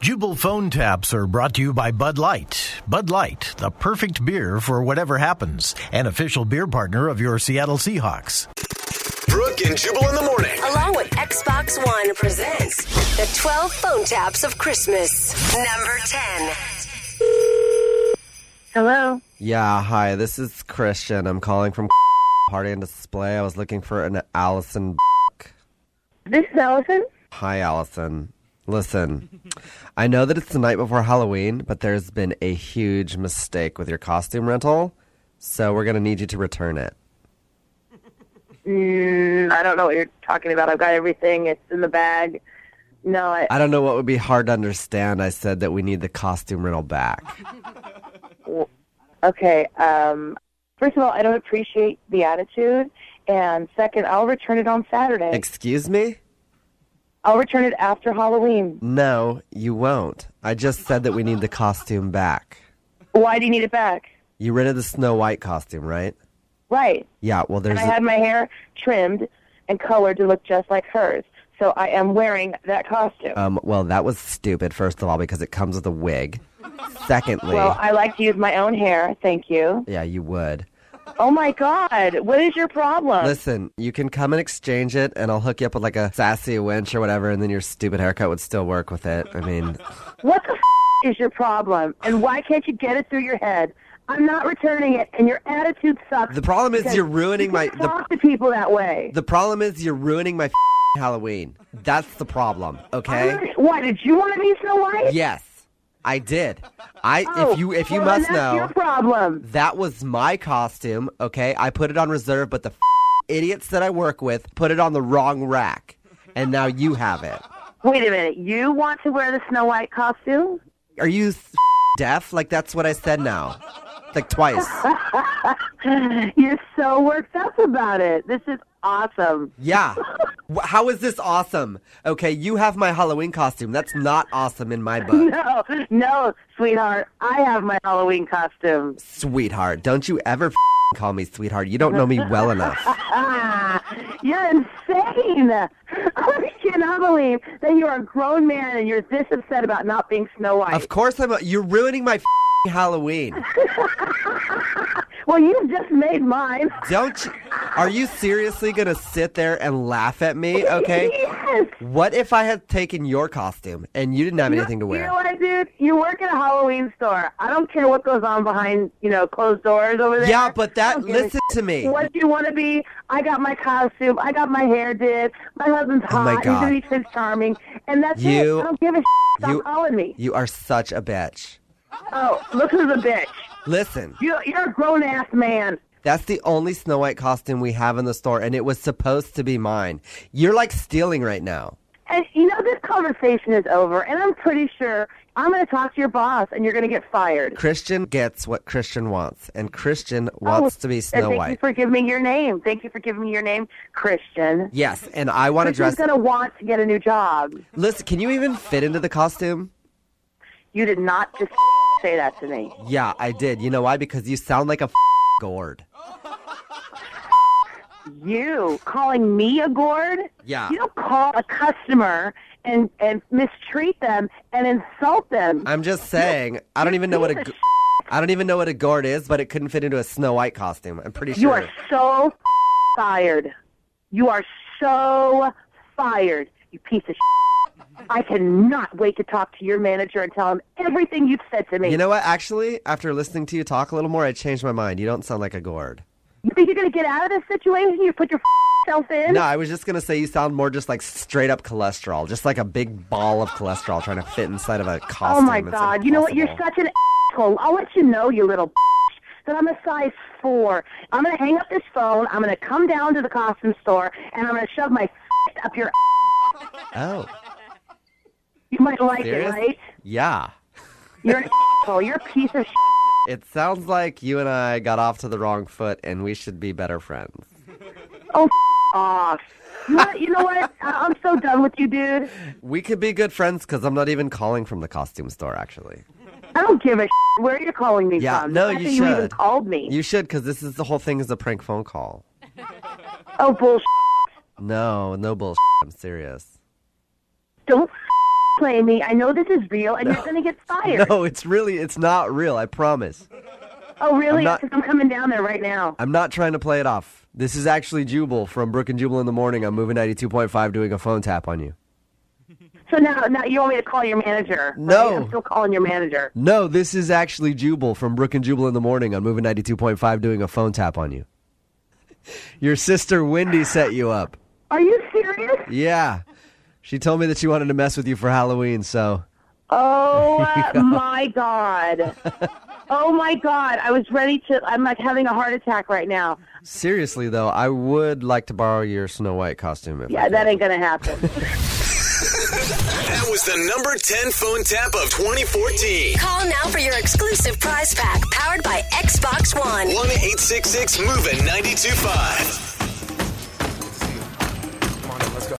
Jubal phone taps are brought to you by Bud Light. Bud Light, the perfect beer for whatever happens, an official beer partner of your Seattle Seahawks. Brooke and Jubal in the morning. Along with Xbox One presents the 12 phone taps of Christmas. Number 10. Hello. Yeah, hi. This is Christian. I'm calling from Party and Display. I was looking for an Allison. This is Allison. Hi, Allison. Listen, I know that it's the night before Halloween, but there's been a huge mistake with your costume rental, so we're gonna need you to return it. Mm, I don't know what you're talking about. I've got everything. It's in the bag. No, I, I don't know what would be hard to understand. I said that we need the costume rental back. okay. Um, first of all, I don't appreciate the attitude. And second, I'll return it on Saturday. Excuse me? I'll return it after Halloween. No, you won't. I just said that we need the costume back. Why do you need it back? You rented the Snow White costume, right? Right. Yeah, well, there's. And I a- had my hair trimmed and colored to look just like hers. So I am wearing that costume. Um, well, that was stupid, first of all, because it comes with a wig. Secondly, well, I like to use my own hair. Thank you. yeah, you would. Oh my God. What is your problem? Listen, you can come and exchange it, and I'll hook you up with like a sassy winch or whatever, and then your stupid haircut would still work with it. I mean, What the f- is your problem? And why can't you get it through your head? I'm not returning it, and your attitude sucks. the problem is because you're ruining you my. can't The, talk to people that way. the problem is you're ruining my Halloween. That's the problem. Okay. Why did you want to be Snow White? Yes, I did. I Oh, if you if you well, then must that's know. your problem. That was my costume, okay? I put it on reserve, but the f- idiots that I work with put it on the wrong rack. And now you have it. Wait a minute. You want to wear the Snow White costume? Are you s- deaf? Like, that's what I said now. Like, twice. You're so worked up about it. This is awesome. Yeah. Wh- How is this awesome? Okay, you have my Halloween costume. That's not awesome in my book. No, no, sweetheart. I have my Halloween costume. Sweetheart, don't you ever f- call me sweetheart. You don't know me well enough. Ah, you're insane. I cannot believe that you're a grown man and you're this upset about not being Snow White. Of course I'm a- You're ruining my f- Halloween. well, you just made mine. Don't you... Are you seriously gonna sit there and laugh at me, okay? Yes. What if I had taken your costume and you didn't have anything to You wear? know what, dude? You work at a Halloween store. I don't care what goes on behind, you know, closed doors over there. Yeah, but I that don't give a listen to me. shit What do you want to be? I got my costume. I got my hair did. My husband's Oh, hot. my He's God. gonna be Prince Charming, and that's You- it. I don't give a shit. Stop you- calling me. You are such a bitch. oh, look who's a bitch. Listen, You, you're a grown ass man. that's the only Snow White costume we have in the store and it was supposed to be mine. You're like stealing right now. And you know, this conversation is over, and I'm pretty sure I'm going to talk to your boss, and you're going to get fired. Christian gets what Christian wants and Christian wants to be Oh, and Snow thank you White. for giving me your name. Thank you for giving me your name, Christian. Yes, and I want to Christian's dress going to want to get a new job. Listen, can you even fit into the costume? You did not just say that to me. Yeah, I did. You know why? Because you sound like a f- gourd. You calling me a gourd? Yeah. You don't call a customer and and mistreat them and insult them. I'm just saying. I don't even know what a. g- I don't even know what a gourd is, but it couldn't fit into a Snow White costume. I'm pretty You sure. are so fired. You are so fired, you piece of shit. I cannot wait to talk to your manager and tell him everything you've said to me. You know what? Actually, after listening to you talk a little more, I changed my mind. You don't sound like a gourd. you think you're going to get out of this situation? You put your self in? No, I was just gonna say you sound more just like straight up cholesterol, just like a big ball of cholesterol trying to fit inside of a costume. oh my It's God. You know what? You're impossible. such an asshole. I'll let you know, you little bitch, that I'm a size four. I'm going to hang up this phone. I'm going to come down to the costume store and I'm going to shove my up your ass. Oh, You might like Serious? it, right? yeah. You're an asshole. You're a piece of shit. It sounds like you and I got off to the wrong foot, and we should be better friends. Oh, f- off. You know, you know what? I- I'm so done with you, dude. We could be good friends because I'm not even calling from the costume store, actually. I don't give a sh- where you're calling me Yeah, from. no, The fact you that You even should. called me. You should, because this is the whole thing is a prank phone call. Oh, bullshit. No, no bullshit. I'm serious. Don't f- play me. I know this is real, and you're going to get fired. No, it's really it's not real. I promise. Oh, really? I'm not- Because I'm coming down there right now. I'm not trying to play it off. This is actually Jubal from Brook and Jubal in the morning. I'm moving 92.5 doing a phone tap on you. So now, now you want me to call your manager? right? No. I'm still calling your manager. No, this is actually Jubal from Brook and Jubal in the morning. I'm moving 92.5 doing a phone tap on you. Your sister Wendy set you up. Are you serious? Yeah. She told me that she wanted to mess with you for Halloween, so Oh uh, my god. Oh my god. I was ready to. I'm like having a heart attack right now. seriously though, I would like to borrow your Snow White costume if I Yeah, could. that ain't gonna happen. That was the number 10 phone tap of 2014. Call now for your exclusive prize pack powered by Xbox One. 1 866 Moving 925.